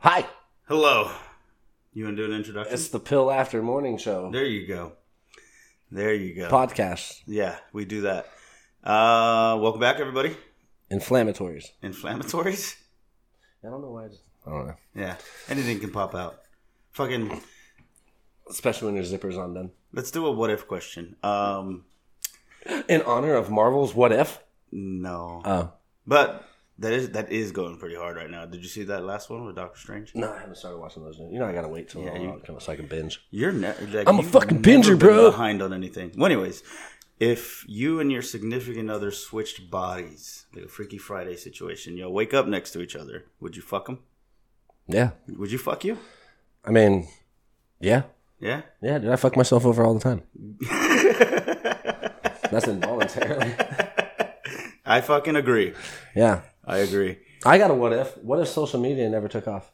Hi, Hello. You want to do an introduction? it's the Pill After Morning Show there you go. There you go. podcast. yeah, we do that. Uh, welcome back, everybody. Inflammatories. Inflammatories. I don't know why. I, just, I don't know. Yeah, anything can pop out. Fucking. Especially when there's zippers on them. Let's do a what if question. Um, In honor of Marvel's What If? no, Oh. but that is that is going pretty hard right now. Did you see that last one with Doctor Strange? No, I haven't started watching those. Yet. You know, I gotta wait till yeah, you... so I can binge. You're ne- like, I'm a you've fucking never binger, been bro. Behind on anything. Well, anyways, if you and your significant other switched bodies, like a Freaky Friday situation, y'all wake up next to each other, would you fuck them? Yeah. Would you fuck you? I mean, yeah. Yeah. Yeah, dude, I fuck myself over all the time. That's involuntarily. I fucking agree. Yeah. I agree. I got a what if. What if social media never took off?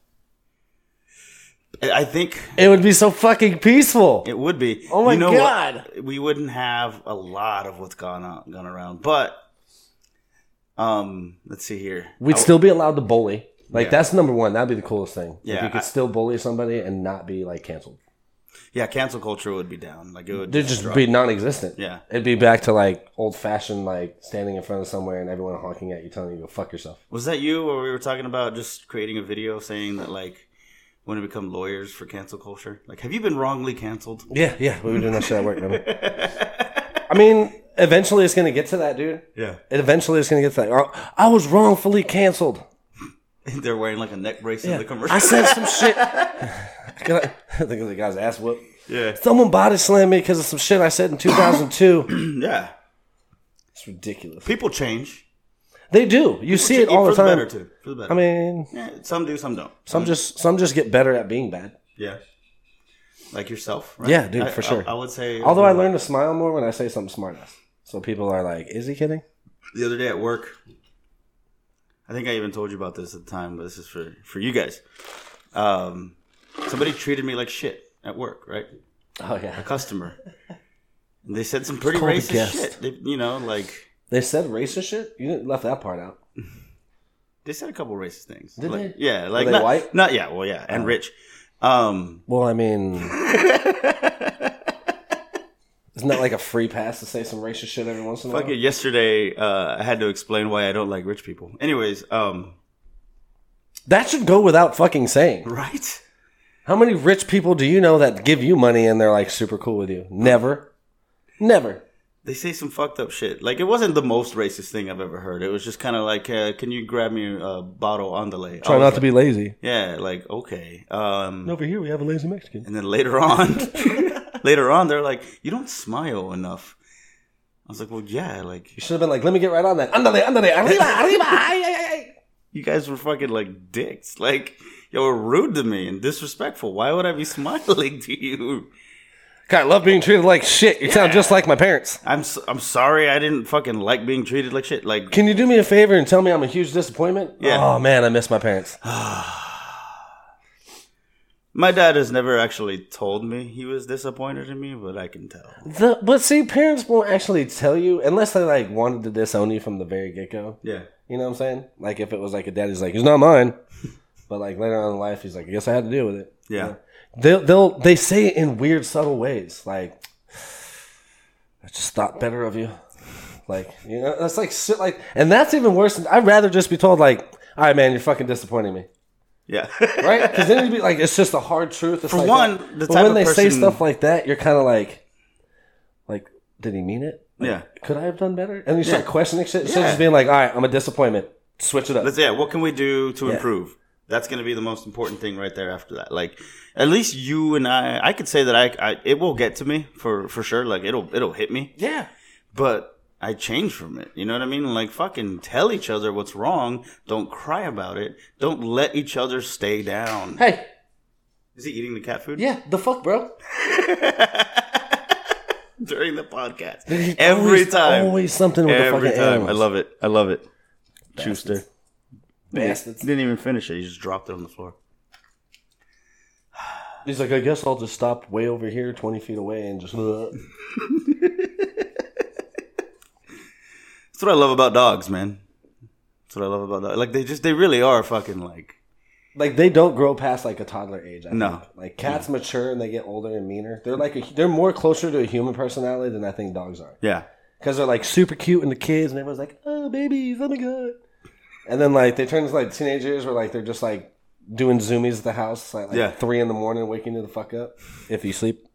I I think It would be so fucking peaceful. it would be. Oh my You know what? god. we wouldn't have a lot of what's gone on, gone around. But um, let's see here. We'd I- still be allowed to bully. Like Yeah. that's number one. That'd be the coolest thing. Yeah, Yeah, you could I- still bully somebody and not be like canceled. yeah, cancel culture would be down. Like it would It'd just be non-existent. yeah. It'd be back to like old-fashioned, like standing in front of somewhere and everyone honking at you, telling you to go fuck yourself. Was that you where we were talking about just creating a video saying that like want to become lawyers for cancel culture? Like, have you been wrongly canceled? Yeah, yeah, we were doing that shit at work. Remember? I mean, eventually it's gonna get to that, dude. Yeah. It eventually it's gonna get to that. Or, I was wrongfully canceled. They're wearing like a neck brace in the commercial. I said some shit. I got- I think it was a guy's ass whoop. yeah. Someone body slammed me because of some shit I said in 2002. Yeah. it's ridiculous. People change. They do. You see it all for the time. better too. For the better. I mean, yeah, some do, some don't. some just some just get better at being bad. Yeah. Like yourself, right? Yeah, dude, I- for I- sure. I, would say. Although I learned to smile more when I say something smart ass. So people are like, "Is he kidding?" the other day at work. I think I even told you about this at the time, but this is for for you guys. Um, somebody treated me like shit at work, right? Oh yeah. Customer. And they said some pretty called a racist guest. shit. They, you know, like They said racist shit. You didn't left that part out. they said a couple racist things. Did Like- they? Yeah, like they not, white? Oh. Not yeah. Well, yeah, and rich. Um, Well, I mean, isn't that like a free pass to say some racist shit every once in a while? Fuck it. Yesterday, uh, I had to explain why I don't like rich people. Anyways, um, That should go without fucking saying. right? How many rich people do you know that give you money and they're like super cool with you? Never, never. They say some fucked up shit. Like it wasn't the most racist thing I've ever heard. It was just kind of like, uh, "Can you grab me a bottle on the lay?" Try not to be lazy. Yeah, like okay. Um, Oh, Over here we have a lazy Mexican. And then later on, later on, they're like, "You don't smile enough." I was like, "Well, yeah, like You should have been like, let me get right on that. Andale, andale, arriba, arriba, ay, ay, ay. you guys were fucking like dicks. Like you were rude to me and disrespectful. Why would I be smiling to you?" God, I love being treated like shit. You sound just like my parents. I'm s am sorry. I didn't fucking like being treated like shit. Like Can you do me a favor and tell me I'm a huge disappointment? Yeah. Oh man, I miss my parents. my dad has never actually told me he was disappointed in me, but I can tell. The, but see, parents won't actually tell you unless they like wanted to disown you from the very get go. Yeah. You know what I'm saying? Like if it was like a daddy's like, it's not mine. But like later on in life, he's like, I guess I had to deal with it. Yeah. They'll they'll they say it in weird subtle ways. Like I just thought better of you. Like you know, that's like shit. Like and that's even worse. Than, I'd rather just be told like, all right, man, you're fucking disappointing me. Yeah. right? Because then you'd be like, it's just a hard truth. It's For like one, that. the but type when of they say person- stuff like that, you're kind of like, like, did he mean it? Like, yeah. Could I have done better? And you start Yeah. questioning shit instead of Yeah. just being like, all right, I'm a disappointment. Switch it up. Let's yeah, what can we do to improve? That's going to be the most important thing right there after that. Like at least you and I I could say that I, I it will get to me for for sure. Like it'll it'll hit me. yeah. But I change from it. You know what I mean? Like fucking tell each other what's wrong. Don't cry about it. Don't let each other stay down. Hey, Is he eating the cat food? yeah, the fuck, bro. During the podcast. There's Every always- time. always something with the Every fucking time. animals. I love it. I love it. Bastards. Schuster. Bastards. Didn't even finish it. He just dropped it on the floor. He's like, I guess I'll just stop way over here, twenty feet away, and just. Well, That's what I love about dogs, man. That's what I love about dogs. Like they just they really are fucking like like they don't grow past like a toddler age. I No. think. like cats mature and they get older and meaner. They're like a, they're more closer to a human personality than I think dogs are Yeah. because they're like super cute and the kids and everyone's like, oh babies, oh my god, and then like they turn into like teenagers where like they're just like doing zoomies at the house at like Yeah. three in the morning, waking you the fuck up if you sleep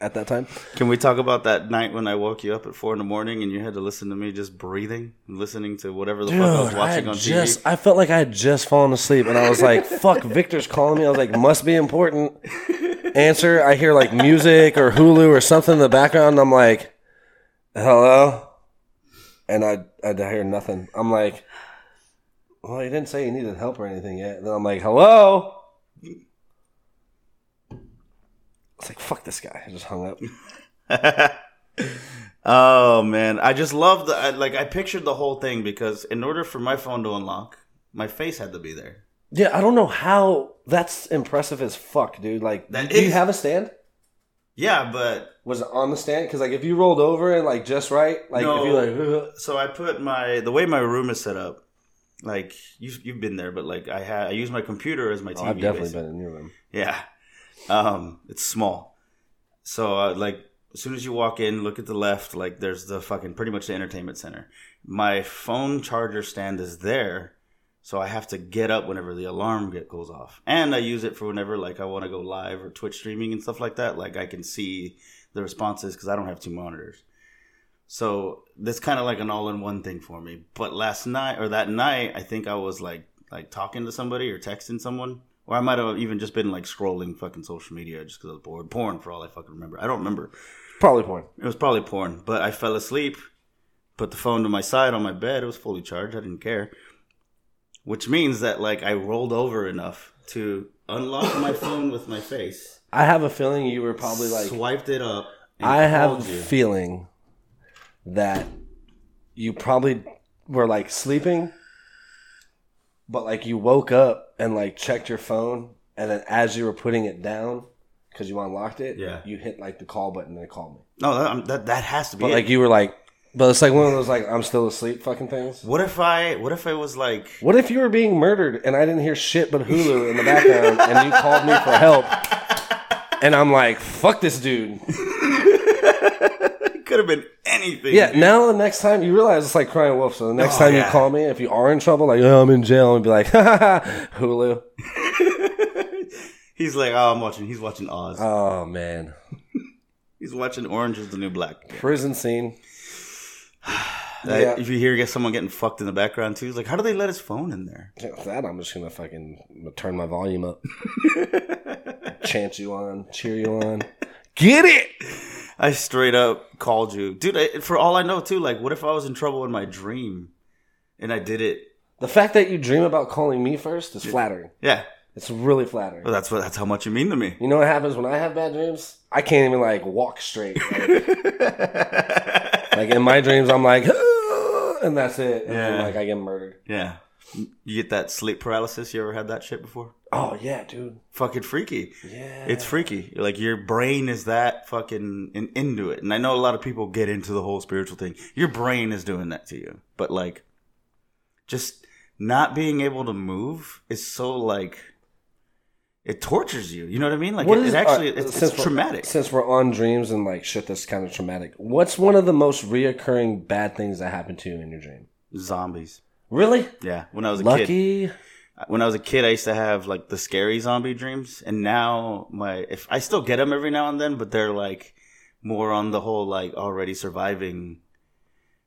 at that time. Can we talk about that night when I woke you up at four in the morning and you had to listen to me just breathing, and listening to whatever the Dude, fuck I was I, watching had on just TV? I felt like I had just fallen asleep and I was like, fuck, Victor's calling me. I was like, must be important. Answer, I hear like music or Hulu or something in the background, and I'm like, hello? And I I hear nothing. I'm like, well, he didn't say he needed help or anything yet. And then I'm like, hello? It's like fuck this guy. I just hung up. Oh man, I just love the I, like I pictured the whole thing because in order for my phone to unlock, my face had to be there. Yeah, I don't know how. That's impressive as fuck, dude. Like, That do you is- have a stand? Yeah, but Was it on the stand? Because like if you rolled over and like just right, like if you No. like so I put my the way my room is set up. Like you've you've been there, but like I had I use my computer as my TV. Oh, I've definitely basically. been in your room. Yeah. Um, it's small. So uh, like as soon as you walk in, look at the left, like there's the fucking pretty much the entertainment center. My phone charger stand is there, so I have to get up whenever the alarm get goes off. And I use it for whenever like I want to go live or Twitch streaming and stuff like that. Like I can see the responses cuz I don't have two monitors. So that's kind of like an all-in-one thing for me. But last night or that night, I think I was like like talking to somebody or texting someone, or I might have even just been like scrolling fucking social media just because I was bored. Porn for all I fucking remember. I don't remember. Probably porn. It was probably porn, but I fell asleep. Put the phone to my side on my bed. It was fully charged. I didn't care. Which means that like I rolled over enough to unlock my phone with my face, I have a feeling you were probably like swiped it up. and I have a called you. feeling that you probably were like sleeping, but like you woke up and like checked your phone, and then as you were putting it down because you unlocked it, Yeah. you hit like the call button and it called me. No, that, I'm- that that has to be. But it. like you were like, but it's like one of those like I'm still asleep fucking things. What if I? What if I was like? What if you were being murdered and I didn't hear shit but Hulu in the background and you called me for help? And I'm like, fuck this dude. It could have been anything. Yeah, now the next time you realize it's like crying wolf. So the next Oh, time yeah. you call me, if you are in trouble, like, oh, I'm in jail, and be like, ha ha ha, Hulu. He's like, oh, I'm watching. He's watching Oz. Oh, man. He's watching Orange is the New Black. Prison scene. Uh, Yeah. if you hear get someone getting fucked in the background too, he's like, how do they let his phone in there? Yeah, That I'm just going to fucking turn my volume up. Chant you on, cheer you on. Get it! I straight up called you, dude. I, for all I know, too, like, what if I was in trouble in my dream, and I did it? The fact that you dream about calling me first is flattering. Yeah, It's really flattering. well, that's what that's how much you mean to me. You know what happens when I have bad dreams? I can't even like walk straight. Like, like, in my dreams, I'm like, "Ah," and that's it. And then, Yeah. like I get murdered. Yeah, you get that sleep paralysis. You ever had that shit before? Oh yeah, dude. Fucking freaky. Yeah. It's freaky. Like your brain is that fucking in, into it. And I know a lot of people get into the whole spiritual thing. Your brain is doing that to you. But like just not being able to move is so like it tortures you. You know what I mean? Like What it, is- it actually uh, it's, since it's we're- traumatic. Since we're on dreams and like shit that's kind of traumatic, what's one of the most reoccurring bad things that happened to you in your dream? Zombies. Really? Yeah. When I was a kid. Lucky. When I was a kid I used to have like the scary zombie dreams and now my if I still get them every now and then, but they're like more on the whole like already surviving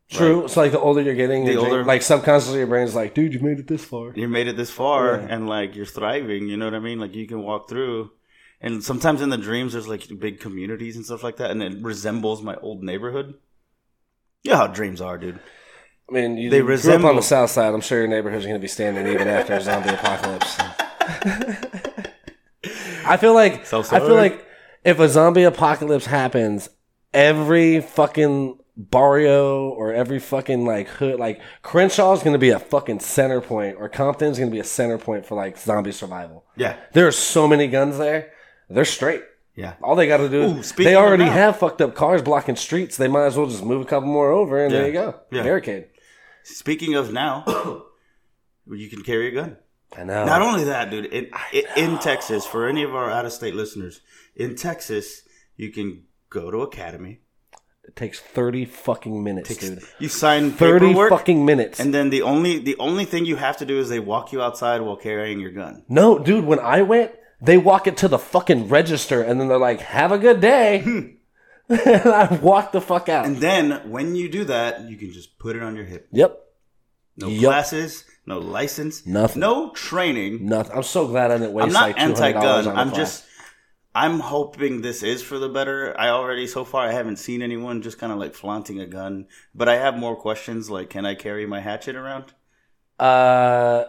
True. So like the older you're getting, The your dream- older- like subconsciously your brain's like, dude, you made it this far. you made it this far Yeah. and like you're thriving you know what i mean like you can walk through and sometimes in the dreams there's like big communities and stuff like that and it resembles my old neighborhood yeah how dreams are dude I mean, you They grew up on resemble- the south side. I'm sure your neighborhood's going to be standing even after a zombie apocalypse. I feel like South I feel side. like if a zombie apocalypse happens, every fucking barrio or every fucking like hood, like Crenshaw's going to be a fucking center point, or Compton's going to be a center point for like zombie survival. yeah There are so many guns there; they're straight. yeah All they got to do Ooh, is speaking they of already that. have fucked up cars blocking streets. They might as well just move a couple more over, and Yeah. there you go, Yeah. barricade. speaking of now you can carry a gun I know. Not only that, dude, in, in Texas, for any of our out of state listeners, in Texas, you can go to Academy. it takes thirty fucking minutes, Takes- dude. You sign Thirty paperwork, fucking minutes. and then the only the only thing you have to do is they walk you outside while carrying your gun. no, dude. When I went, they walk it to the fucking register, and then they're like, "Have a good day," and I walk the fuck out. Hmm. And then when you do that, you can just put it on your hip. yep. No Yup. classes, no license, Nothing. no training. Nothing. I'm so glad I didn't waste I'm not like two hundred dollars anti-gun. on a I'm class. just. I'm hoping this is for the better. I already so far I haven't seen anyone just kind of like flaunting a gun, but I have more questions like can I carry my hatchet around? Uh,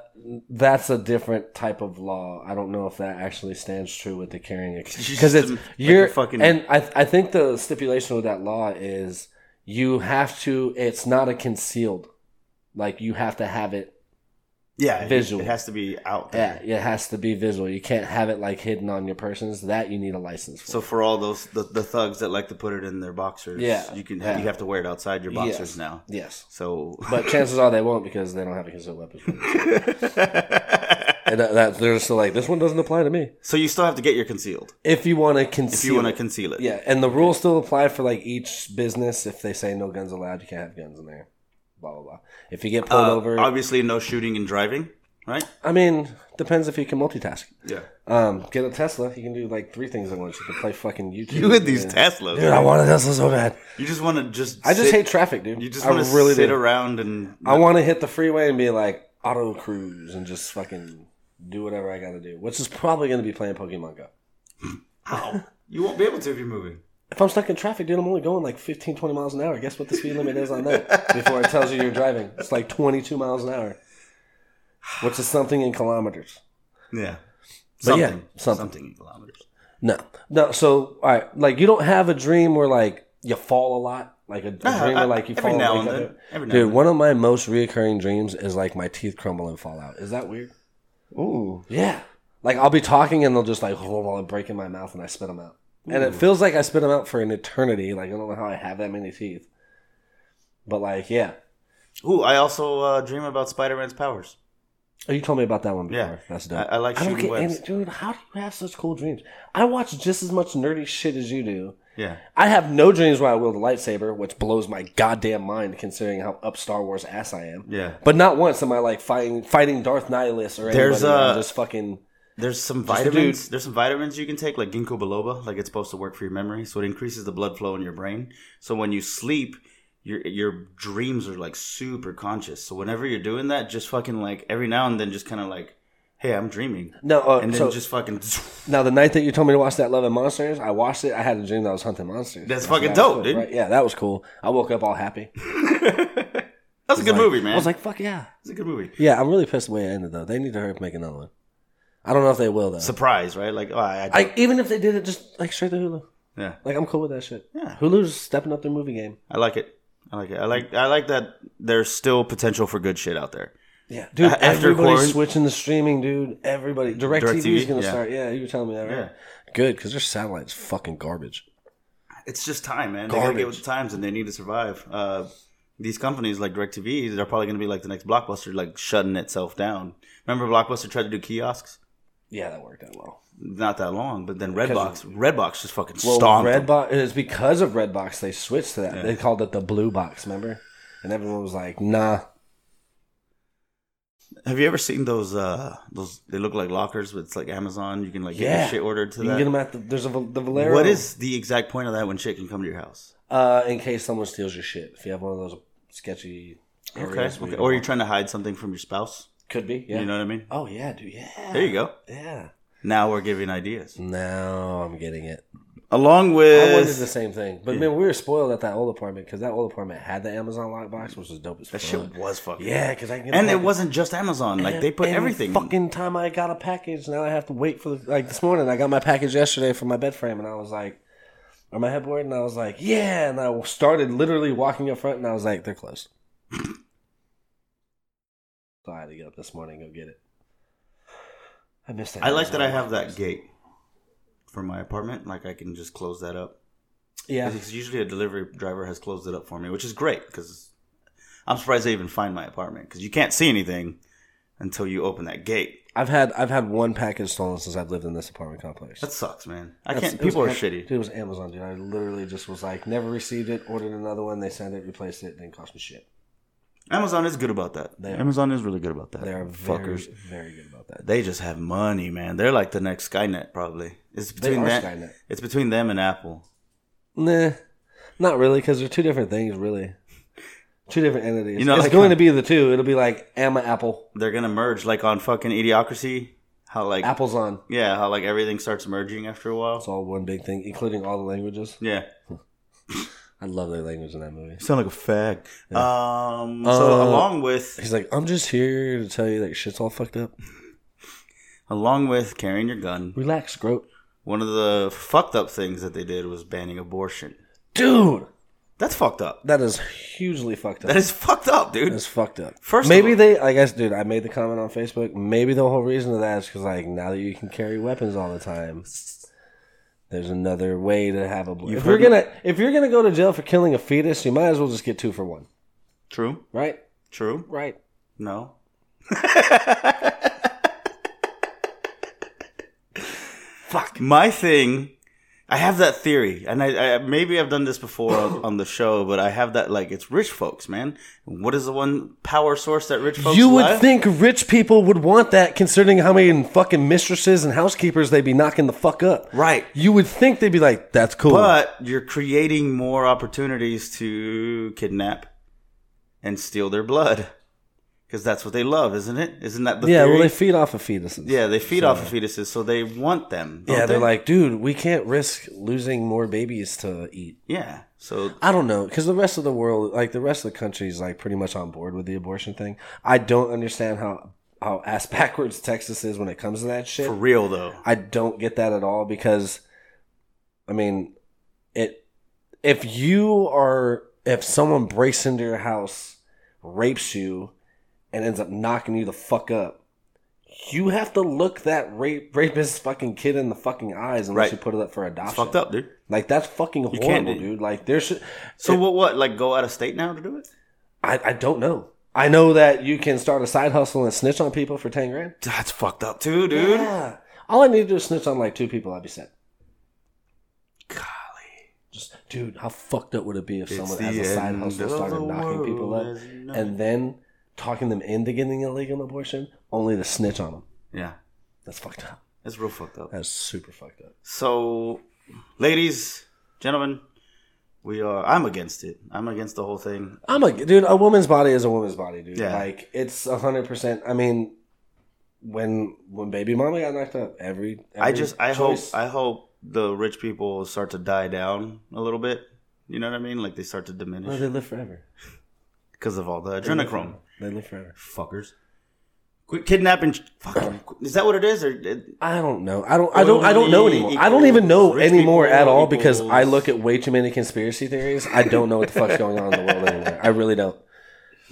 that's a different type of law. I don't know if that actually stands true with the carrying just because it's like you're a fucking- and I I think the stipulation with that law is you have to. It's not a concealed, like you have to have it. Yeah, it- Visual. It has to be out Yeah, there. it has to be visual. You can't have it like hidden on your persons. That you need a license for. So for all those the, the thugs that like to put it in their boxers, Yeah, you can yeah. you have to wear it outside your Yes. boxers now. yes, So but chances are they won't because they don't have a concealed weapons. and that, that they're still like this one doesn't apply to me. so you still have to get your concealed If you want to if conceal, you want to it. conceal it. Yeah, and the rules still apply for like each business. If they say no guns allowed, you can't have guns in there. Blah blah blah. If you get pulled Uh, over, Obviously, no shooting and driving, right? I mean, depends if you can multitask. Yeah. Um, get a Tesla. You can do like three things at once. You can play fucking YouTube. You with these and- Teslas, Dude, I want a Tesla so bad. you just want to just. I just sit- hate traffic, dude. You just I want to really sit do. around and. I want to hit the freeway and be like auto cruise and just fucking do whatever I got to do, which is probably going to be playing Pokemon Go. Ow. You won't be able to if you're moving. If I'm stuck in traffic, dude, I'm only going like 15, 20 miles an hour. Guess what the speed limit is on that before it tells you you're driving? It's like 22 miles an hour, which is something in kilometers. Yeah. But yeah, something. something in kilometers. No. No, so, all right, like you don't have a dream where like you fall a lot? Like a, a Nah, dream where I- like you every fall now wake and up- then. Every now Dude, and one of my most reoccurring dreams is like my teeth crumble and fall out. Is that weird? then. Ooh. Yeah. Like I'll be talking and they'll just like hold on, break in my mouth and I spit them out. And it feels like I spit them out for an eternity. Like I don't know how I have that many teeth. But like, yeah. Ooh, I also uh, dream about Spider Man's powers. Oh, you told me about that one before. Yeah. That's dope. I, I like I don't shooting get webs. any, dude. How do you have such cool dreams? I watch just as much nerdy shit as you do. Yeah. I have no dreams where I wield a lightsaber, which blows my goddamn mind considering how up Star Wars ass I am. Yeah. But not once am I like fighting fighting Darth Nihilus or There's, anybody. I'm uh, just fucking There's some a vitamins. There's some vitamins you can take, like ginkgo biloba. Like it's supposed to work for your memory, so it increases the blood flow in your brain. So when you sleep, your your dreams are like super conscious. So whenever you're doing that, just fucking like every now and then, just kind of like, hey, I'm dreaming, no. Uh, and then so, just fucking. Now, the night that you told me to watch that Love and Monsters, I watched it. I had a dream that I was hunting monsters. That's And I fucking forgot it was dope, cool, dude. Right? Yeah, that was cool. I woke up all happy. That's a good movie, man. I was like, fuck yeah. it's a good movie. Yeah, I'm really pissed the way it ended, though. They need to hurry up and make another one. I don't know if they will, though. Surprise, right? Like, oh, I, I I, even if they did it, just like straight to Hulu. yeah, Like, I'm cool with that shit. Yeah. Hulu's stepping up their movie game. I like it. I like it. I like I like that. There's still potential for good shit out there. Yeah. Dude, after everybody's quarant- switching to streaming, dude. Everybody. Direct, TV is DirecTV, going to yeah. start. Yeah, you were telling me that, right? Good, because their satellite's fucking garbage. It's just time, man. They gotta Garbage. get with the times, and they need to survive. Uh, these companies like DirecTV, they're probably gonna be like the next Blockbuster, like shutting itself down. Remember, Blockbuster tried to do kiosks Yeah, that worked out well. not that long, but then Redbox, Redbox just fucking Well, stomped. them. Redbox it's because of Redbox they switched to that. They called it the blue box, remember? And everyone was like, "Nah." Have you ever seen those? Uh, those they look like lockers, but it's like Amazon. You can like get Yeah. your shit ordered to You can that. get them at the there's a Val- the Valero. what is the exact point of that when shit can come to your house? uh in case someone steals your shit? If you have one of those sketchy Okay, areas where okay. you Or you're trying to hide something from your spouse. could be, yeah. You know what I mean? oh yeah, dude, yeah. There you go. Yeah. Now we're giving ideas. Now I'm getting it. Along I wanted with the same thing, but man, we were spoiled at that old apartment because that old apartment had the Amazon lockbox, which was dope as that fuck. shit was fucking. Yeah, because I can get a And it package. wasn't just Amazon. Like they put Every everything. Fucking time I got a package, now I have to wait for the, like this morning. I got my package yesterday for my bed frame, and I was like, or my headboard, and I was like, yeah. And I started literally walking up front, and I was like, they're closed. so I had to get up this morning and go get it. I missed that. I like that I have that gate for my apartment. Like I can just close that up. Yeah, Because usually a delivery driver has closed it up for me, which is great. Because I'm surprised they even find my apartment because you can't see anything. until you open that gate. I've had I've had one package stolen since I've lived in this apartment complex. That sucks, man. I That's- can't. it was People are Am- shitty. Dude, it was Amazon, dude. I literally just was like, never received it, ordered another one, they sent it, replaced it, didn't cost me shit. Amazon is good about that. They are. Amazon is really good about that. They are very, fuckers. very good about that. They just have money, man. They're like the next Skynet, probably. It's They between are that. Skynet. It's between them and Apple. Nah, not really, because they're two different things, really. Two different entities. You know, it's like- going to be the two. It'll be like Amma Apple, They're gonna merge, like on fucking Idiocracy. How like Apple's on. yeah, how like everything starts merging after a while. It's all one big thing, including all the languages. Yeah, I love their language in that movie. you sound like a fag. Um, so Uh, along with He's like, I'm just here to tell you that your shit's all fucked up. along with carrying your gun, Relax, Groat. one of the fucked up things that they did was banning abortion. Dude, That's fucked up. that is hugely fucked up. That is fucked up, dude. That's fucked up. First of maybe all- they, I guess, dude. I made the comment on Facebook. Maybe the whole reason of that is because, like, now that you can carry weapons all the time, there's another way to have a. You've If you're heard me- gonna, if you're gonna go to jail for killing a fetus, you might as well just get two for one, True. right? True. Right. No. Fuck. My thing, I have that theory, and I, I maybe I've done this before on, on the show, but I have that like it's rich folks, man. What is the one power source that rich folks? you would allow? think rich people would want that, considering how many fucking mistresses and housekeepers they be knocking the fuck up. right, You would think they'd be like, "That's cool." but you're creating more opportunities to kidnap and steal their blood because that's what they love, isn't it? Isn't that the yeah, Theory? well, they feed off of fetuses. yeah, they feed off of fetuses, so they want them. don't yeah, they're they? like, dude, we can't risk losing more babies to eat. yeah. So I don't know because the rest of the world, like the rest of the country, is like pretty much on board with the abortion thing. I don't understand how how ass backwards Texas is when it comes to that shit. For real though. I don't get that at all because, I mean, it if you are if someone breaks into your house, rapes you, and ends up knocking you the fuck up. You have to look that rape rapist fucking kid in the fucking eyes unless Right. you put it up for adoption. It's fucked up, dude. Like that's fucking horrible, can't do- dude. Like there should So what what like go out of state now to do it? I, I don't know. I know that you can start a side hustle and snitch on people for 10 grand. That's fucked up too, dude. Yeah. All I need to do is snitch on like two people, I'd be set. Golly. Just, dude, how fucked up would it be if It's someone the as a side end hustle of started the knocking world, people up as you know it. and then talking them into getting a legal abortion only to snitch on them? Yeah. That's fucked up. That's real fucked up. That's super fucked up. So ladies, gentlemen, we are I'm against it. I'm against the whole thing. I'm a dude. A woman's body is a woman's body, dude. Yeah. Like it's hundred percent. I mean, when when baby mama got knocked up, every, I every just I choice- hope I hope the rich people start to die down a little bit. You know what I mean? Like they start to No, diminish they live forever. because of all the They live adrenochrome. forever. They live forever. Fuckers. Quit kidnapping. Fucking, is that what it is? Or I don't know. I don't. I don't. I don't know Oily anymore. I don't even know equals- rich anymore people at all because I equals- look at way too many conspiracy theories. I don't know what the fuck's going on in the world anymore. I really don't.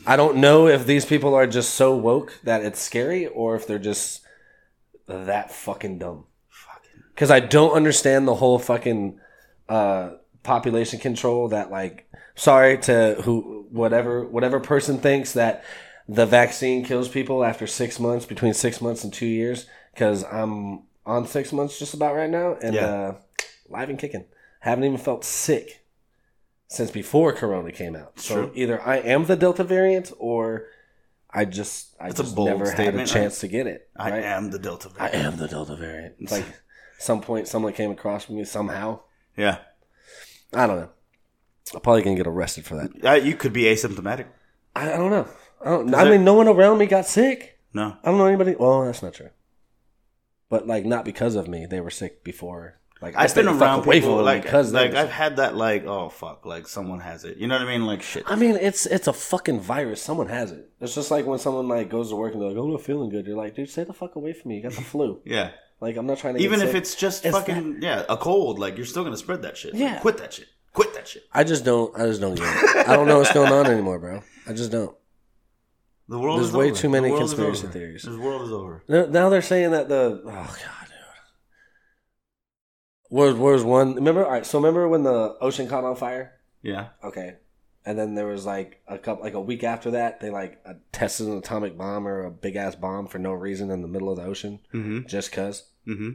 I don't know if these people are just so woke that it's scary, or if they're just that fucking dumb. fucking Because I don't understand the whole fucking uh, population control. That like, sorry to who, whatever, whatever person thinks that the vaccine kills people after six months, between six months and two years. Because I'm on six months just about right now, and Yeah. uh, live and kicking. Haven't even felt sick since before Corona came out. So True. either I am the Delta variant, or I just I That's a just bold never had a statement, chance to get it. I right? am the Delta. I variant. am the Delta variant. It's like some point someone came across with me somehow. Yeah, I don't know. I'm probably gonna get arrested for that. Uh, you could be asymptomatic. I, I don't know. I don't. Is I it- mean, no one around me got sick. No, I don't know anybody. Well, that's not true. But like, not because of me. They were sick before. Like I I've stayed been the fuck around away people from them like because they like were I've sick. had that like oh fuck like someone has it. You know what I mean? Like shit. I mean, it's it's a fucking virus. Someone has it. It's just like when someone like goes to work and they're like, "Oh, "I'm not feeling good." You're like, "Dude, stay the fuck away from me. You got the flu." Yeah. Like, I'm not trying to. Even get if sick. it's just It's fucking yeah a cold, like you're still gonna spread that shit. Like, Yeah. quit that shit. Quit that shit. I just don't. I just don't get it. I don't know what's going on anymore, bro. I just don't. The world There's is way over. too many The world is conspiracy over. theories. The world is over. No- Now they're saying that the oh god, dude. Where where's one? Remember, all right. So remember when the ocean caught on fire? Yeah. Okay, And then there was like a couple, like a week after that, they like uh, tested an atomic bomb or a big ass bomb for no reason in the middle of the ocean, Mm-hmm. just cause. Mm-hmm.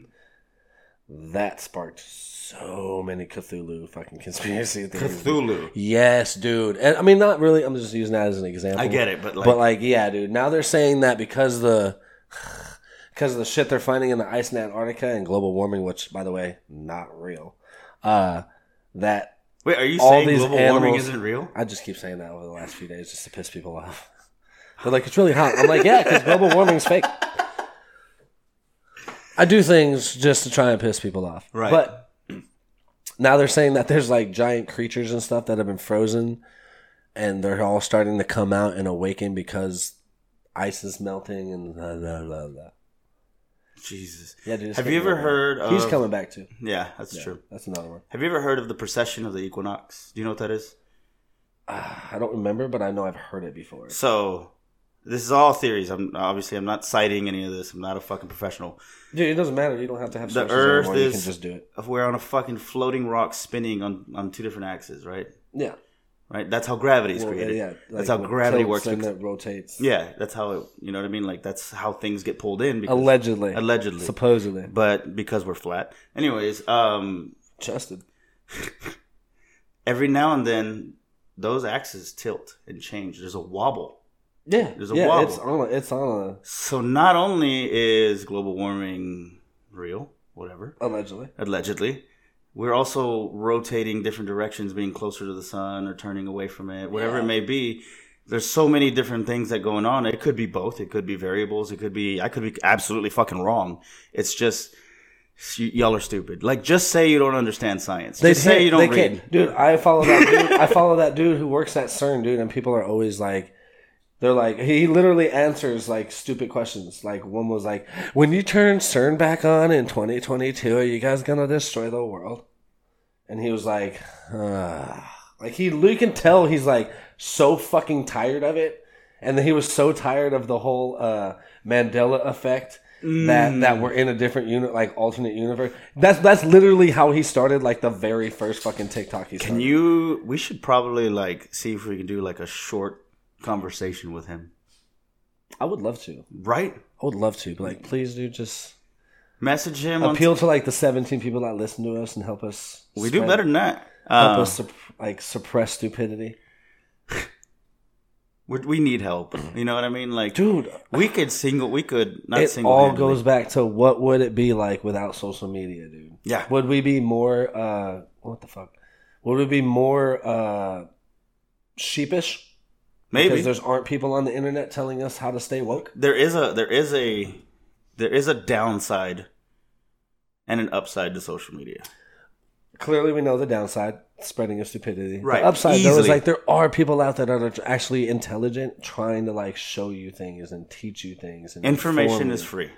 That sparked so many Cthulhu fucking conspiracy theories. Cthulhu. Yes, dude. And I mean, not really. I'm just using that as an example. I get it, but like, but like, yeah, dude. Now they're saying that because the because of the shit they're finding in the ice in Antarctica and global warming, which, by the way, not real. Uh, that wait, are you all saying these global warming animals- isn't real? I just keep saying that over the last few days just to piss people off. They're like, it's really hot. I'm like, yeah, because global warming's fake. I do things just to try and piss people off. Right. But now they're saying that there's like giant creatures and stuff that have been frozen and they're all starting to come out and awaken because ice is melting and blah, blah, blah, blah. Jesus. Yeah, dude. it's Have you gonna ever be- heard of? He's coming back too. Yeah, that's Yeah, true. That's another one. Have you ever heard of the precession of the equinox? Do you know what that is? Ah, I don't remember, but I know I've heard it before. So, this is all theories. I'm obviously I'm not citing any of this. I'm not a fucking professional. Dude, it doesn't matter. You don't have to have The sources Earth anymore. You is- can just do it. If We're on a fucking floating rock spinning on on two different axes, right? Yeah. Right. That's how gravity is Well, created. Yeah, that's how gravity works. And it rotates. Yeah, that's how it. You know what I mean? Like that's how things get pulled in. Because, allegedly, allegedly. supposedly, but because we're flat. Anyways, um, Justin. every now and then those axes tilt and change. There's a wobble. Yeah, There's a yeah, wobble. it's on. A, it's on So not only is global warming real, whatever, a, allegedly. allegedly, we're also rotating different directions, being closer to the sun or turning away from it, whatever it Yeah. may be. There's so many different things that going on. It could be both. It could be variables. It could be I could be absolutely fucking wrong. It's just y- y'all are stupid. Like just say you don't understand science. They just say you don't they read. can't- dude. I follow that. dude. I follow that dude who works at CERN, dude. And people are always like, they're like, he literally answers like stupid questions. Like one was like, when you turn CERN back on in 2022, are you guys gonna destroy the world? And he was like, Ugh. like he, you can tell he's like so fucking tired of it. And then he was so tired of the whole uh, Mandela effect that that Mm. we're in a different unit, like alternate universe. That's that's literally how he started, like the very first fucking TikTok he started. Can you? We should probably like see if we can do like a short conversation with him, I would love to. right? I would love to, but like, please do just Message him. on appeal to like the 17 people that listen to us and help us. We do spread- better than that. Help Uh, us sup- like suppress stupidity, we we need help. You know what I mean? Like dude. we could single. We could not It single. all goes back to what would it be like without social media, dude? Yeah. Would we be more uh what the fuck? Would we be more uh sheepish? Maybe Because there's aren't people on the internet telling us how to stay woke. there is a there is a there is a downside and an upside to social media. Clearly, we know the downside, spreading of stupidity. Right, The upside though is easily. like there are people out there that are actually intelligent, trying to like show you things and teach you things. And Information inform is you. free.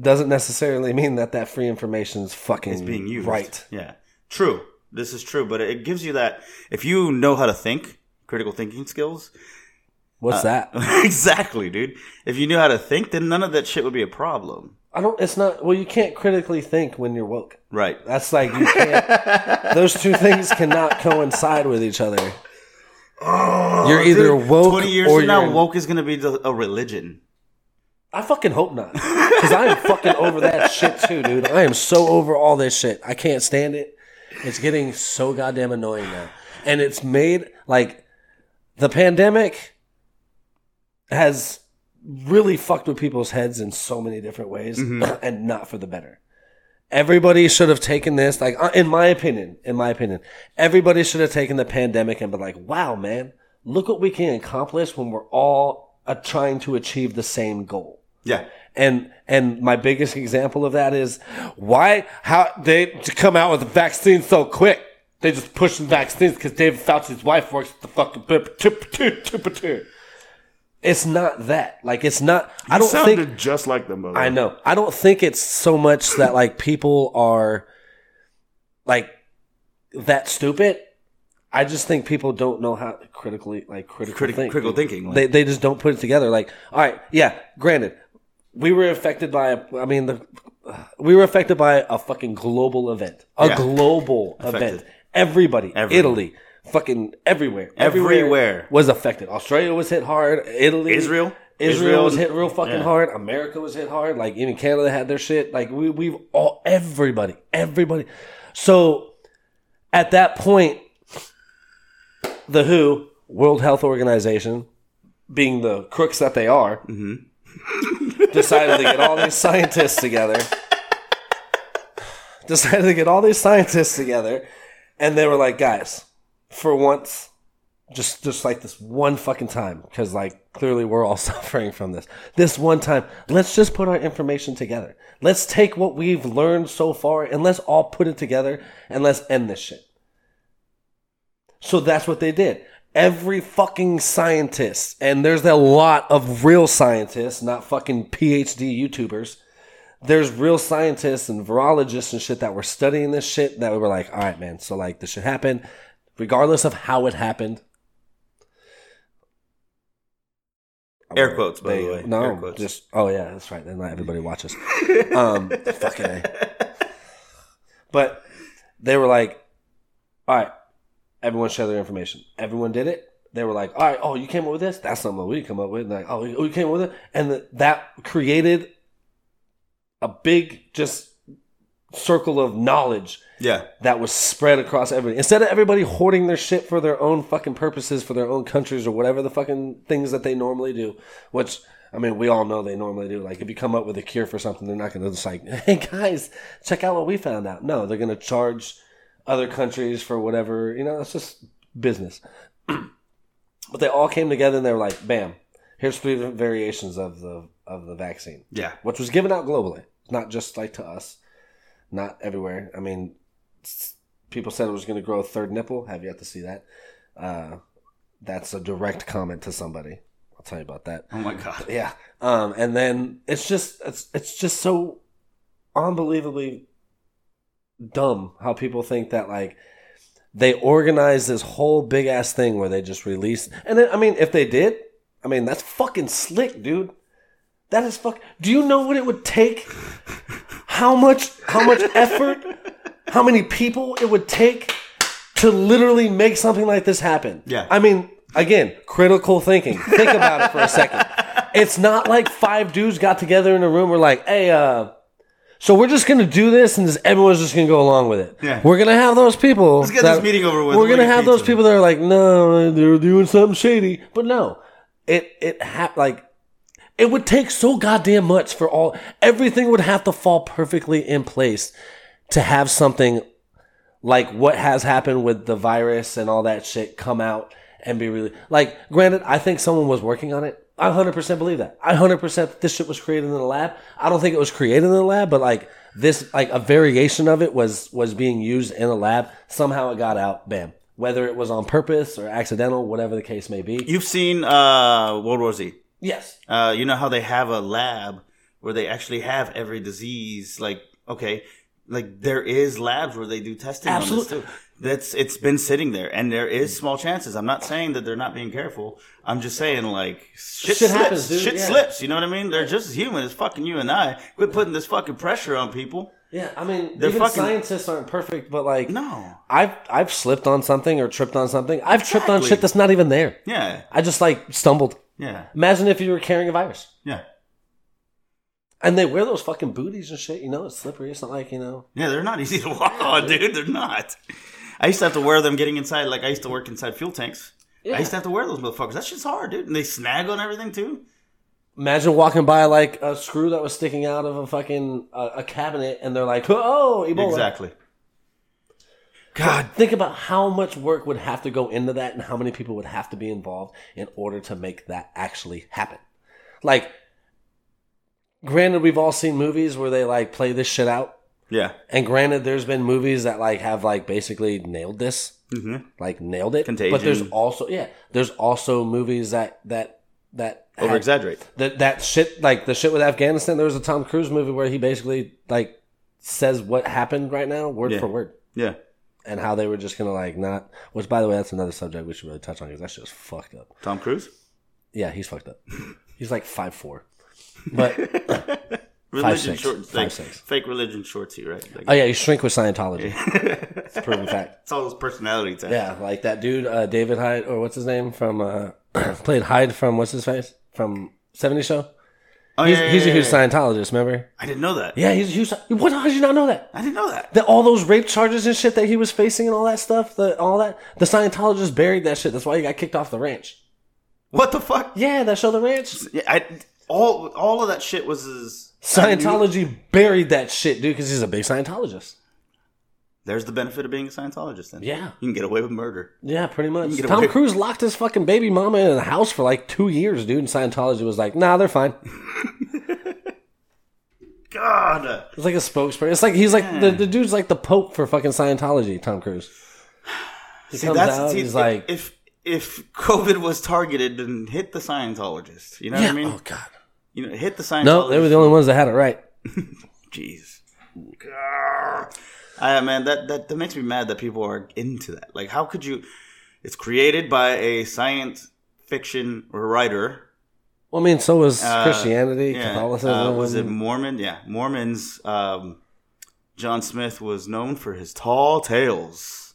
doesn't necessarily mean that that free information is fucking It's being used. right. Yeah. True. This is true, but it gives you that if you know how to think, critical thinking skills, What's Uh, that? exactly, dude. If you knew how to think, then none of that shit would be a problem. I don't. It's not. Well, you can't critically think when you're woke. Right. That's like you can't. those two things cannot coincide with each other. you're either woke 20 Oh, years or from now, you're- woke is going to be the, a religion. I fucking hope not, because I am fucking over that shit too, dude. I am so over all this shit. I can't stand it. It's getting so goddamn annoying now, and it's made like the pandemic has really fucked with people's heads in so many different ways, and not for the better. Everybody should have taken this, like, uh, in my opinion, in my opinion, everybody should have taken the pandemic and been like, wow, man, look what we can accomplish when we're all uh, trying to achieve the same goal. Yeah. And, and my biggest example of that is why, how they to come out with the vaccine so quick. They just pushing vaccines because David Fauci's wife works at the fucking. bip- tip- tip- tip- tip. It's not that. Like, it's not. I don't think. sounded just like them, by the I way. know. I don't think it's so much that like people are like that stupid. I just think people don't know how to critically like critical Criti- think. critical thinking, like- They they just don't put it together. Like, all right, yeah, granted, we were affected by. I mean, the we were affected by a fucking global event, a Yeah. global Affected. event. Everybody, Everyone. Italy, fucking everywhere, Everywhere. was affected. Australia was hit hard. Italy, Israel? Israel, Israel- was hit real fucking yeah. hard. America was hit hard. Like even Canada had their shit. Like we, we've all everybody, everybody. So at that point, the WHO, World Health Organization, being the crooks that they are, Mm-hmm. decided to get all these scientists together. Decided to get all these scientists together, and they were like, guys, for once, just just like this one fucking time, because like clearly we're all suffering from this. This one time, let's just put our information together. Let's take what we've learned so far and let's all put it together and let's end this shit. So that's what they did. Every fucking scientist, and there's a lot of real scientists, not fucking PhD YouTubers. There's real scientists and virologists and shit that were studying this shit that were like, all right, man, so like this shit happened, regardless of how it happened. Air quotes, by They- the way. Air No, quotes. just oh yeah, that's right. Then not everybody watches. um, fucking. A. But they were like, "All right, everyone share their information." Everyone did it. They were like, "All right, oh, you came up with this. That's something we come up with." And like, oh, you came up with it, and th- that created a big just circle of knowledge yeah. that was spread across everybody. Instead of everybody hoarding their shit for their own fucking purposes, for their own countries or whatever the fucking things that they normally do, which I mean, we all know they normally do. Like, if you come up with a cure for something, they're not going to just like, hey guys, check out what we found out. No, they're going to charge other countries for whatever. You know, it's just business. but they all came together and they were like, bam, here's three different variations of the of the vaccine Yeah. which was given out globally, not just like to us, not everywhere. I mean, s- people said it was going to grow a third nipple. Have yet to see that. Uh, that's a direct comment to somebody. I'll tell you about that. Oh my god. Yeah. Um, and then it's just it's it's just so unbelievably dumb how people think that like they organize this whole big ass thing where they just release and then I mean if they did, I mean that's fucking slick, dude. That is fuck do you know what it would take? How much how much effort, how many people it would take to literally make something like this happen. Yeah. I mean, again, critical thinking. Think about it for a second. It's not like five dudes got together in a room. We're like, hey, uh, so we're just gonna do this, and this, everyone's just gonna go along with it. Yeah. We're gonna have those people. Let's get this meeting over with. We're We're gonna gonna have feed those them. people that are like, no, they're doing something shady. But no, it it ha- like it would take so goddamn much for all everything would have to fall perfectly in place to have something like what has happened with the virus and all that shit come out and be really like granted i think someone was working on it i 100% believe that i 100% this shit was created in the lab i don't think it was created in the lab but like this like a variation of it was was being used in a lab somehow it got out bam whether it was on purpose or accidental whatever the case may be You've seen uh, World War Z. yes Uh, you know how they have a lab where they actually have every disease. Like, okay, like there is labs where they do testing on Absolute- this too. That's it's been sitting there, and there is small chances. I'm not saying that they're not being careful. I'm just saying like Shit shit, slips. happens, dude, shit yeah. slips. You know what I mean? They're just as human as fucking you and I. Quit putting this fucking pressure on people. yeah i mean They're even fucking- scientists aren't perfect but like No. I've I've slipped on something or tripped on something. I've tripped on Exactly. shit that's not even there. Yeah. I just like stumbled. Yeah. Imagine if you were carrying a virus. Yeah. And they wear those fucking booties and shit, you know, it's slippery. It's not like, you know. Yeah, they're not easy to walk on, dude. They're not. I used to have to wear them getting inside. Like I used to work inside fuel tanks. I used to have to wear those motherfuckers. That shit's hard, dude. And they snag on everything too. Imagine walking by like a screw that was sticking out of a fucking uh, a cabinet and they're like, "Oh, Ebola." Exactly. God. Think about how much work would have to go into that and how many people would have to be involved in order to make that actually happen. Like granted we've all seen movies where they like play this shit out Yeah. And granted, there's been movies that like have like basically nailed this, hmm like nailed it. Contagion. But there's also yeah, there's also movies that that that had- Over exaggerate. that that shit like the shit with Afghanistan. There was a Tom Cruise movie where he basically like says what happened right now, word Yeah. for word, Yeah. and how they were just gonna like not. Which by the way, that's another subject we should really touch on because that shit's fucked up. Tom Cruise. Yeah, he's fucked up. He's like five four, but Religion six. shorts, Five, like, six. fake religion shorts, you right? Like, Oh yeah, you shrink with Scientology. it's a proven fact. it's all those personality tests. Yeah, like that dude uh, David Hyde or what's his name from uh, played Hyde from what's his face from 70 Show. oh, He's, yeah, yeah, he's a yeah, huge yeah. Scientologist, remember? I didn't know that. Yeah, he's a huge. What? How did you not know that? I didn't know that. That all those rape charges and shit that he was facing and all that stuff, the all that the Scientologists buried that shit. That's why he got kicked off the ranch. What the fuck? Yeah, that show the ranch. Yeah, I, all all of that shit was his Scientology buried that shit, dude, because he's a big Scientologist. There's the benefit of being a Scientologist. Then Yeah. you can get away with murder. Yeah, pretty much. get Tom away- Cruise locked his fucking baby mama in a house for like two years, dude. And Scientology was like, nah, they're fine. God, It's like a spokesperson. It's like he's like the, the dude's like the Pope for fucking Scientology. Tom Cruise. He see comes that's out. see, he's if- like, if if COVID was targeted and hit the Scientologist, you know yeah. what I mean? oh god. You know, hit the Scientologist. No, they were the only ones that had it right. Jeez. Grr. I Ah, man, that, that that makes me mad that people are into that. Like, how could you? It's created by a science fiction writer. Well, I mean, so was Uh, Christianity, yeah, Catholicism. uh, was it Mormon? Yeah, Mormons. Um, John Smith was known for his tall tales.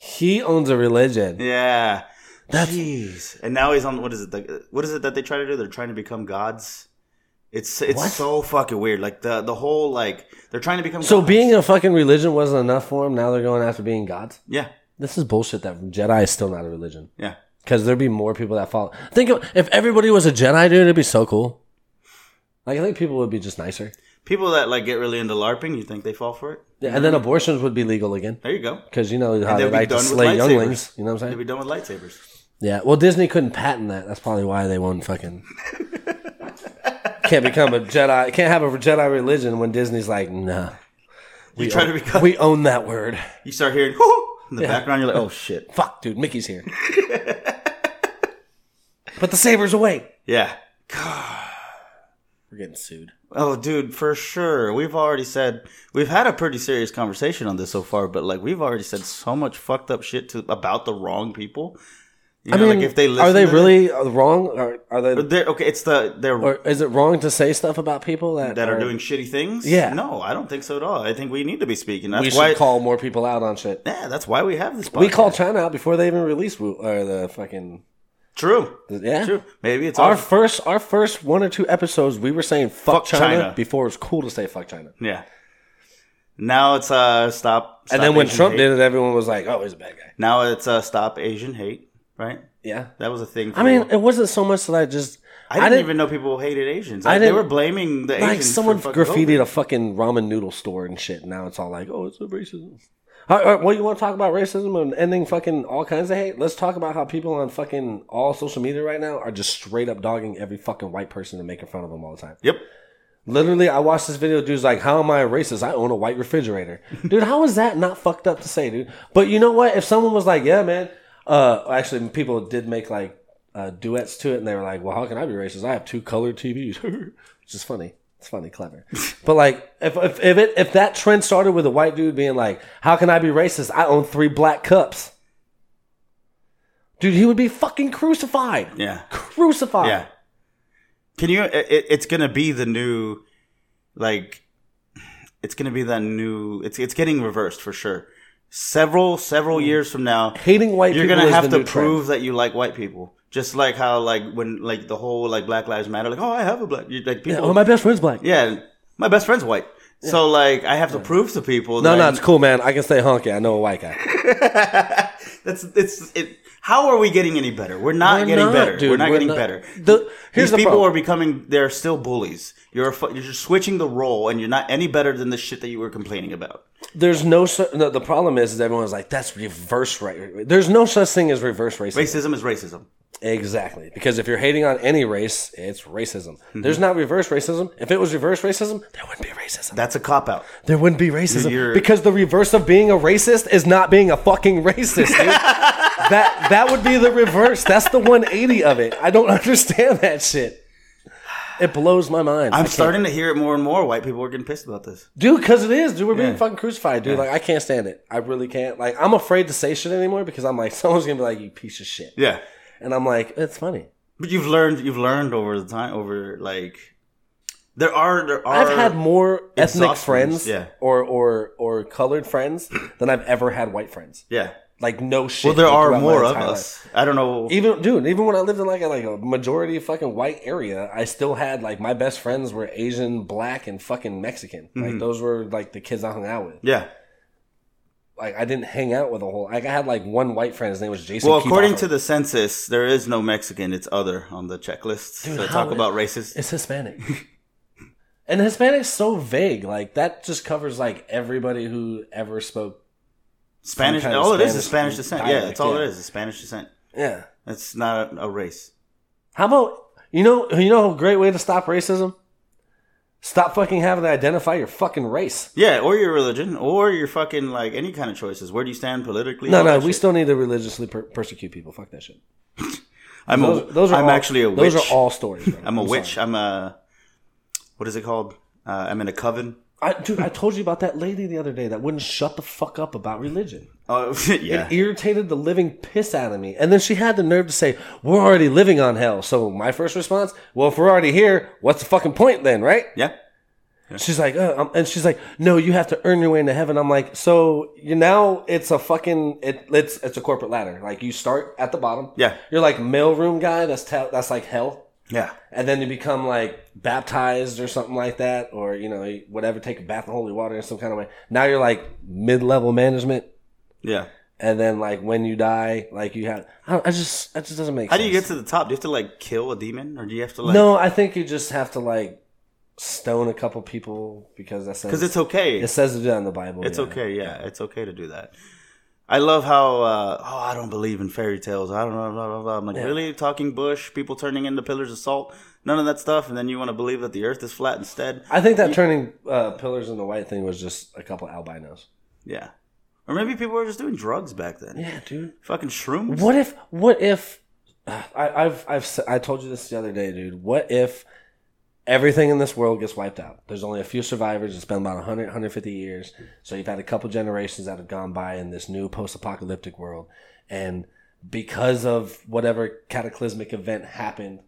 he owns a religion. Yeah. That's- Jeez. And now he's on. What is it? The, what is it that they try to do? They're trying to become gods. It's it's What? so fucking weird. Like the the whole like they're trying to become So gods. being a fucking religion wasn't enough for him. Now they're going after being gods. yeah This is bullshit. That Jedi is still not a religion yeah because there'd be more people that follow. Think of, if everybody was a Jedi, dude, it'd be so cool. Like I think people would be just nicer. people that like get really into LARPing, you think they fall for it? Yeah, and then abortions would be legal again. There you go. Because you know how Mm-hmm. they'll they like be to done with slay lightsabers. younglings. You know what I'm They'll saying? be done with lightsabers. Yeah. Well, Disney couldn't patent that. That's probably why they won't fucking. can't become a Jedi. Can't have a Jedi religion when Disney's like, nah. You We try own, to become. We own that word. you start hearing "Hoo-hoo" in the background. You're like, oh shit. Fuck, dude. Mickey's here. Put the sabers away. Yeah. We're getting sued. Oh, dude, for sure. We've already said we've had a pretty serious conversation on this so far, but like we've already said so much fucked up shit to about the wrong people. You know, I mean, like if they listen are they to really wrong? Are, are this- they? They're, okay, it's the they're Or is it wrong to say stuff about people that, that are doing shitty things. Yeah. No, I don't think so at all. I think we need to be speaking. That's We why. should call more people out on shit. yeah, that's why we have this. Podcast. We called China out before they even released Wu- or the fucking true. yeah. True. Maybe it's Our our. first, our first one or two episodes, we were saying fuck, Fuck China, China. before it was cool to say fuck China. Yeah. Now it's uh stop. stop and then when Asian Trump hate. did it, everyone was like, "Oh, he's a bad guy." now it's uh stop Asian hate, right? Yeah. That was a thing. For I mean, it wasn't so much that I just I didn't, even know people hated Asians. I they didn't- were blaming the like Asians. someone for fucking graffitied COVID. a fucking ramen noodle store and shit. Now it's all like, "Oh, it's a racism." All right, well, you want to talk about racism and ending fucking all kinds of hate? Let's talk about how people on fucking all social media right now are just straight up dogging every fucking white person and making fun of them all the time. Yep. Literally, I watched this video. Dude's like, "How am I a racist? I own a white refrigerator." Dude, how is that not fucked up to say, dude? But you know what? If someone was like, "Yeah, man," uh, actually, people did make like uh, duets to it, and they were like, "Well, how can I be racist? I have two colored TVs," which is funny. It's funny, clever. but like, if if if, it, if that trend started with a white dude being like, "How can I be racist? I own three black cups," dude, he would be fucking crucified. Yeah. Crucified. Yeah. Can you? It, it- it's gonna be the new, like, it's gonna be that new. It's it's getting reversed for sure. Several several years from now, Hating Hmm. white you're people gonna is have the to new trend. prove that you like white people. Just like how like when like the whole like Black Lives Matter, like oh I have a black you- like people Yeah, well, my best friend's black. Yeah, my best friend's white. So like I have to prove to people No, that no, I'm- it's cool, man. I can stay honky. I know a white guy. that's it's it how are we getting any better? We're not We're getting not, better. dude. We're not We're getting not- better. The- here's These the people problem. are becoming they're still bullies. You're a fu- you're just switching the role and you're not any better than the shit that you were complaining about. There's no, su- no. The problem is, is everyone's like, that's reverse right. There's no such thing as reverse racism. Racism is racism. Exactly, because if you're hating on any race, it's racism. Mm-hmm. There's not reverse racism. If it was reverse racism, there wouldn't be racism. That's a cop out. There wouldn't be racism You're- because the reverse of being a racist is not being a fucking racist. Dude. that that would be the reverse. That's the 180 of it. I don't understand that shit. It blows my mind. I I'm can't- starting to hear it more and more. White people are getting pissed about this. Dude, because it is, dude. We're being Yeah. fucking crucified, dude. Like, I can't stand it. I really can't. Like, I'm afraid to say shit anymore because I'm like, someone's gonna be like, you piece of shit. Yeah. And I'm like, it's funny. But you've learned you've learned over the time over like There are there are. I've had more ethnic exhaust friends, fumes, yeah. or or or colored friends than I've ever had white friends. yeah. Like no shit. Well, there like, are throughout my more of entire us. I don't know. life. Even dude, even when I lived in like a, like a majority fucking white area, I still had like my best friends were Asian, black, and fucking Mexican. Mm-hmm. Like those were like the kids I hung out with. yeah. Like I didn't hang out with a whole. Like I had like one white friend. His name was Jason. Well, according Keebauer. to the census, there is no Mexican. It's other on the checklist. Dude, so how talk is- about racist. It's Hispanic. and Hispanic's so vague. Like that just covers like everybody who ever spoke. Spanish. kind of All it is is Spanish Spanish descent. dialect, yeah, that's all yeah. it is. Is Spanish descent. Yeah. That's not a, a race. How about you know you know a great way to stop racism? Stop fucking having to identify your fucking race. Yeah, or your religion, or your fucking like any kind of choices. Where do you stand politically? No, all no, that we shit. still need to religiously per- persecute people. Fuck that shit. I'm a, Those, those are I'm all- actually a witch. Those are all stories. bro. I'm a witch. sorry. I'm a what is it called? Uh, I'm in a coven. I, dude, I told you about that lady the other day that wouldn't shut the fuck up about religion. Oh yeah. It irritated the living piss out of me. And then she had the nerve to say, We're already living on hell. So my first response, Well, if we're already here, what's the fucking point then, right? yeah. She's like, uh, um, and she's like, no, you have to earn your way into heaven. I'm like, so you now it's a fucking it, it's it's a corporate ladder. Like you start at the bottom. Yeah. you're like mailroom guy. That's ta- that's like hell. Yeah. And then you become like baptized or something like that, or you know whatever. Take a bath in holy water in some kind of way. Now you're like mid level management, Yeah. and then like when you die, like you have. I, don't, I just that just doesn't make. How sense. do you get to the top? Do you have to like kill a demon, or do you have to like? no, I think you just have to like stone a couple people because that says because it's okay. it says it in the Bible. It's yeah. okay, yeah. It's okay to do that. I love how uh, oh I don't believe in fairy tales. I don't know blah blah blah. I'm like really talking bush, people turning into pillars of salt, none of that stuff, and then you want to believe that the earth is flat instead. I think that turning uh, pillars into white thing was just a couple albinos. Yeah, or maybe people were just doing drugs back then. Yeah, dude. Fucking shrooms. What if? What if? I, I've I've s- I told you this the other day, dude. What if everything in this world gets wiped out? There's only a few survivors. It's been about 100, 150 years. So you've had a couple generations that have gone by in this new post-apocalyptic world, and because of whatever cataclysmic event happened,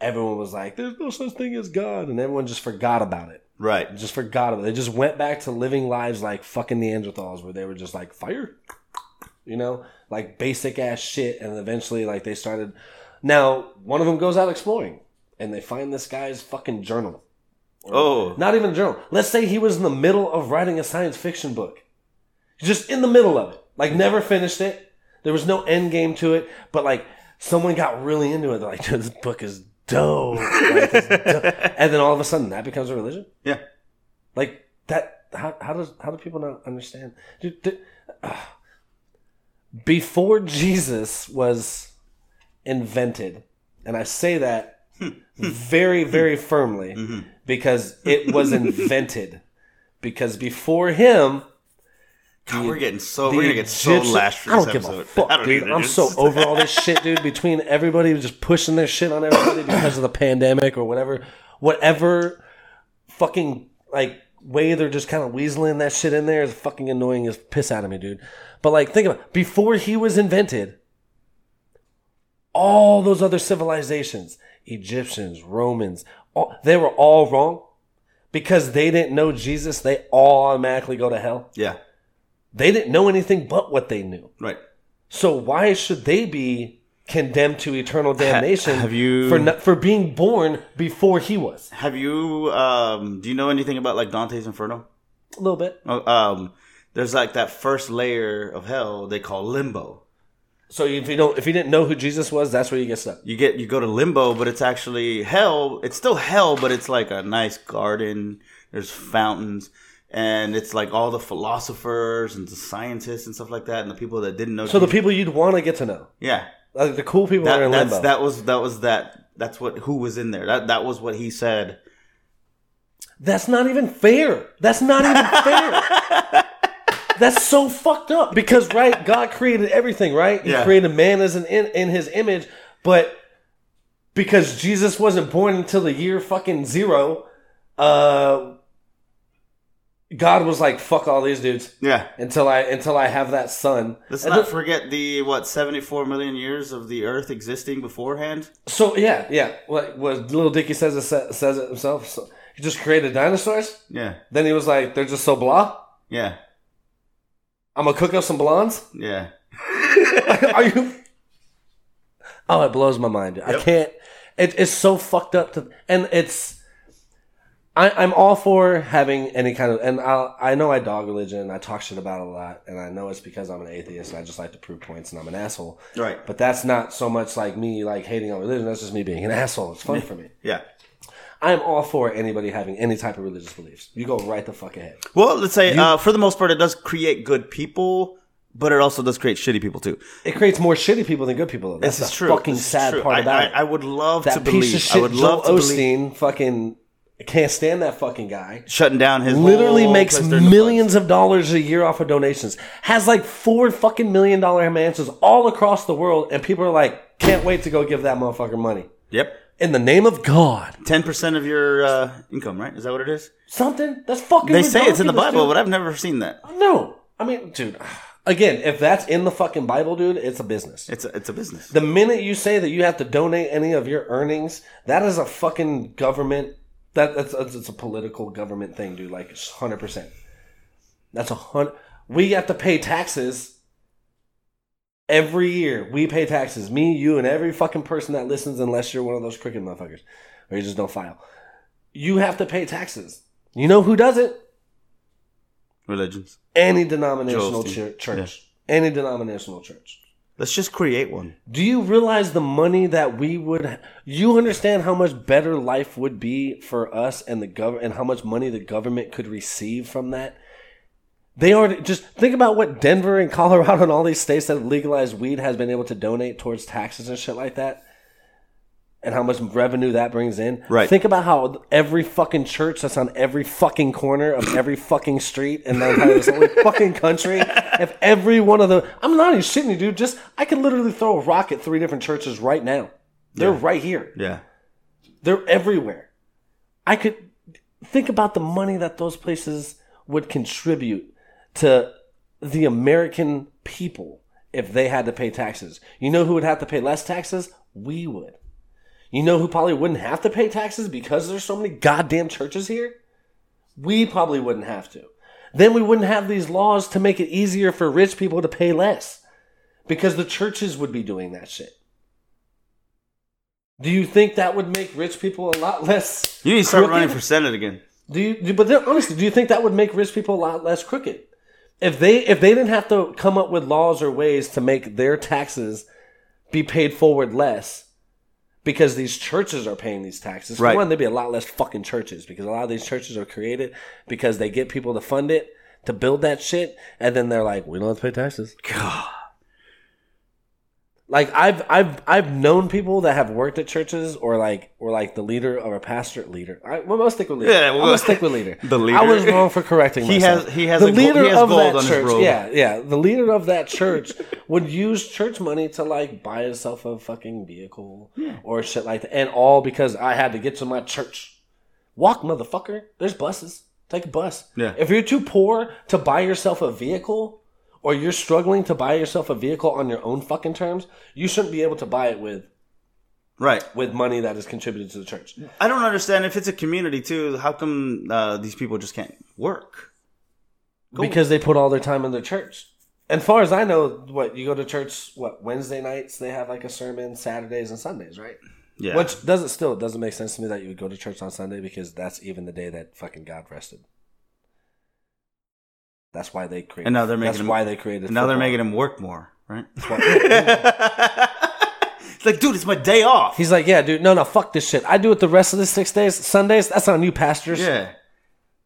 everyone was like, "There's no such thing as God," and everyone just forgot about it. Right. just forgot about it. They just went back to living lives like fucking Neanderthals, where they were just like fire, you know, like basic ass shit. And eventually, like they started. Now one of them goes out exploring, and they find this guy's fucking journal. Oh, Not even a journal. Let's say he was in the middle of writing a science fiction book, just in the middle of it, like never finished it. There was no end game to it, but like someone got really into it. They're like, dude, this book is dope. Like, this is dope. And then all of a sudden, that becomes a religion. yeah. Like that. How, how does how do people not understand? Dude, th- ah. before Jesus was invented, and I say that very very firmly because it was invented. Because before him, God, we're getting so the we're gonna get so Egyptian- lashed for I this don't episode. give a fuck, I don't dude. either, I'm dude. so over all this shit, dude. Between everybody just pushing their shit on everybody because of the pandemic or whatever, whatever fucking like way they're just kind of weaseling that shit in there is fucking annoying as piss out of me, dude. But like, think about it. before he was invented, all those other civilizations, Egyptians, Romans, all, they were all wrong. Because they didn't know Jesus, they all automatically go to hell. Yeah. They didn't know anything but what they knew. Right. So why should they be condemned to eternal damnation have you- for not, for being born before he was? Have you um do you know anything about like Dante's Inferno? A little bit. Oh, Um there's like that first layer of hell they call limbo. So if you don't if you didn't know who Jesus was, that's where you get stuck. you get you go to limbo but it's actually hell it's still hell but it's like a nice garden there's fountains and it's like all the philosophers and the scientists and stuff like that and the people that didn't know So the people you'd want to get to know, yeah like the cool people that, are that, in that's limbo. that was that was that that's what who was in there that that was what he said That's not even fair. That's not even fair. That's so fucked up because right, God created everything, right? He Yeah. created man as an in, in his image, but because Jesus wasn't born until the year fucking 0, uh God was like fuck all these dudes yeah until I until I have that son. let's And not forget the what 74 million years of the earth existing beforehand So yeah, yeah. What, what little Dicky says it sa- says it himself. So, He just created dinosaurs. Yeah. Then he was like, they're just so blah. Yeah. I'm gonna cook up some blondes. Yeah. Are you? Oh, it blows my mind. I Yep. can't. It, it's so fucked up to, and it's. I, I'm all for having any kind of, and I I know I dog religion. I talk shit about it a lot, and I know it's because I'm an atheist and I just like to prove points and I'm an asshole. Right. But that's not so much like me like hating on religion. That's just me being an asshole. It's fun for me. Yeah. I am all for anybody having any type of religious beliefs. You go right the fuck ahead. Well, let's say uh, for the most part, it does create good people, but it also does create shitty people too. It creates more shitty people than good people. Though. That's This is the true. fucking This is sad true. part I, about I, it. I would love that to piece believe. of shit I would love Joel to believe Osteen fucking can't stand that fucking guy. shutting down his Literally whole makes place during the floods. millions of dollars a year off of donations. Has like four fucking million dollar mansions all across the world, and people are like, can't wait to go give that motherfucker money. Yep. In the name of God, Ten percent of your uh, income, right? Is that what it is? something that's fucking. They say it's in the ridiculous, Bible, dude. but I've never seen that. No, I mean, dude. Again, if that's in the fucking Bible, dude, it's a business. It's a, it's a business. The minute you say that you have to donate any of your earnings, that is a fucking government. That that's, that's it's a political government thing, dude. Like hundred percent. That's a hundred. We have to pay taxes every year. We pay taxes. Me, you, and every fucking person that listens, unless you're one of those crooked motherfuckers, or you just don't file. You have to pay taxes. You know who doesn't? Religions. Any denominational Joel's chur- church. Any denominational church. Let's just create one. Do you realize the money that we would? You understand how much better life would be for us and the government, and how much money the government could receive from that. They already just think about what Denver and Colorado and all these states that have legalized weed has been able to donate towards taxes and shit like that, and how much revenue that brings in. Right. Think about how every fucking church that's on every fucking corner of every fucking street in the entire this whole fucking country. If every one of the, I'm not even shitting you, dude. Just I could literally throw a rock at three different churches right now. They're right here. Yeah. They're everywhere. I could think about the money that those places would contribute to the American people if they had to pay taxes. You know who would have to pay less taxes? We would. You know who probably wouldn't have to pay taxes because there's so many goddamn churches here? We probably wouldn't have to. Then we wouldn't have these laws to make it easier for rich people to pay less because the churches would be doing that shit. Do you think that would make rich people a lot less? You need to start crooked? running for senate again. Do you? do- But then, honestly, do you think that would make rich people a lot less crooked? If they if they didn't have to come up with laws or ways to make their taxes be paid forward less because these churches are paying these taxes. Right. For one, there'd be a lot less fucking churches because a lot of these churches are created because they get people to fund it to build that shit, and then they're like, we don't have to pay taxes. God. like I've I've I've known people that have worked at churches or like or like the leader or a pastor leader. I, well, I'm to stick with leader. Yeah, I'm well, gonna stick with leader. the I leader. was wrong for correcting. He myself. has- he has a gold- he has gold on his church. robe. yeah, yeah. The leader of that church would use church money to like buy himself a fucking vehicle or shit like that, and all because I had to get to my church. Walk, motherfucker. There's buses. Take a bus. Yeah. If you're too poor to buy yourself a vehicle, or you're struggling to buy yourself a vehicle on your own fucking terms, you shouldn't be able to buy it with Right. with money that is contributed to the church. I don't understand if it's a community too. How come uh, these people just can't work? Because they put all their time in their church. And far as I know, what you go to church what Wednesday nights they have like a sermon, Saturdays and Sundays, right? Yeah. Which doesn't still it doesn't make sense to me that you would go to church on Sunday because that's even the day that fucking God rested. That's why they created. And now they're That's making him- why they created. And now they're football. making him work more, right? That's why- it's like, dude, it's my day off. He's like, yeah, dude, no, no, fuck this shit. I do it the rest of the six days, Sundays. That's on you, pastors. yeah.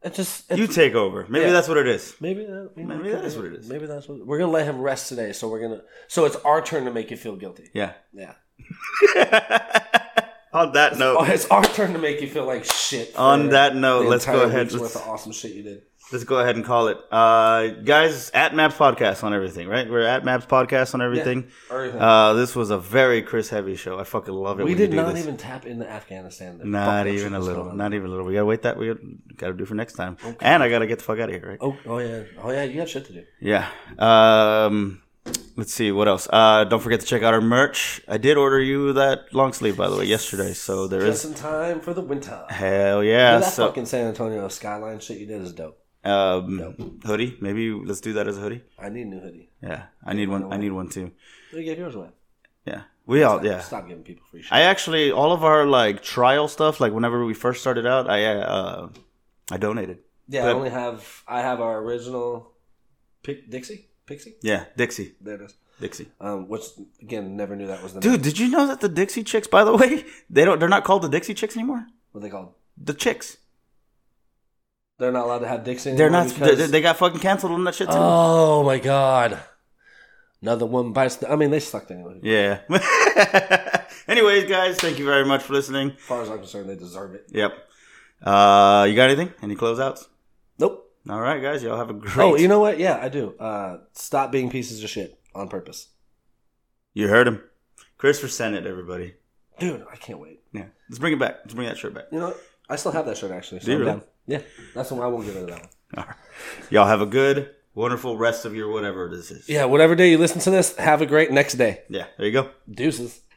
It just it You take over. Maybe Yeah. that's what it is. Maybe that, you know, Maybe that is what it is. Maybe that's what we're gonna let him rest today. So we're gonna. So it's our turn to make you feel guilty. Yeah. Yeah. On that Oh, note, it's our turn to make you feel like shit. for on that note, the let's go entire ahead. week's Let's, Worth of awesome shit you did. let's go ahead and call it, uh, guys. At Maps Podcast on everything, right? We're at Maps Podcast on everything. Everything. Uh, this was a very Chris heavy show. I fucking love it. we when did you do not this. even tap into Afghanistan. The fuck Not that shit even a was little. going on. Not even a little. We gotta wait that. We gotta do for next time. And I gotta get the fuck out of here, right? Oh, oh yeah. Oh yeah. You have shit to do. Yeah. Um, Let's see what else. Uh, don't forget to check out our merch. I did order you that long sleeve by the way yesterday, so there Just is in time for the winter. hell yeah. that so fucking San Antonio skyline shit you did is dope. um, hoodie, maybe let's do that as a hoodie. I need a new hoodie. Yeah, I need one. I need one too. You gave yours away. Yeah, we all Oh, yeah. Stop giving people free shit. I actually all of our like trial stuff, like whenever we first started out, I uh, I donated. yeah, I but- only have I have our original Pic- Dixie Pixie. Yeah, Dixie, There it is. Dixie. Um, which again, never knew that was the name. Dude, did you know that the Dixie Chicks, by the way, they don't they're not called the Dixie Chicks anymore. What they called? The Chicks. They're not allowed to have Dixie. They're anymore not. because- They, they got fucking canceled on that shit too. Oh my god! Another one bites. The, I mean, they sucked anyway. yeah. Anyways, guys, thank you very much for listening. As far as I'm concerned, they deserve it. Yep. Uh, you got anything? Any closeouts? Nope. All right, guys. Y'all have a great. Oh, you know what? Yeah, I do. Uh, stop being pieces of shit on purpose, you heard him, Chris for Senate, everybody. dude. I can't wait. Yeah. Let's bring it back. Let's bring that shirt back. You know, what? I still have that shirt actually. So Do you I'm really? down. Yeah, that's why I won't get rid of that one. All right. Y'all have a good, wonderful rest of your whatever this is. Yeah, whatever day you listen to this, have a great next day. Yeah. There you go. Deuces.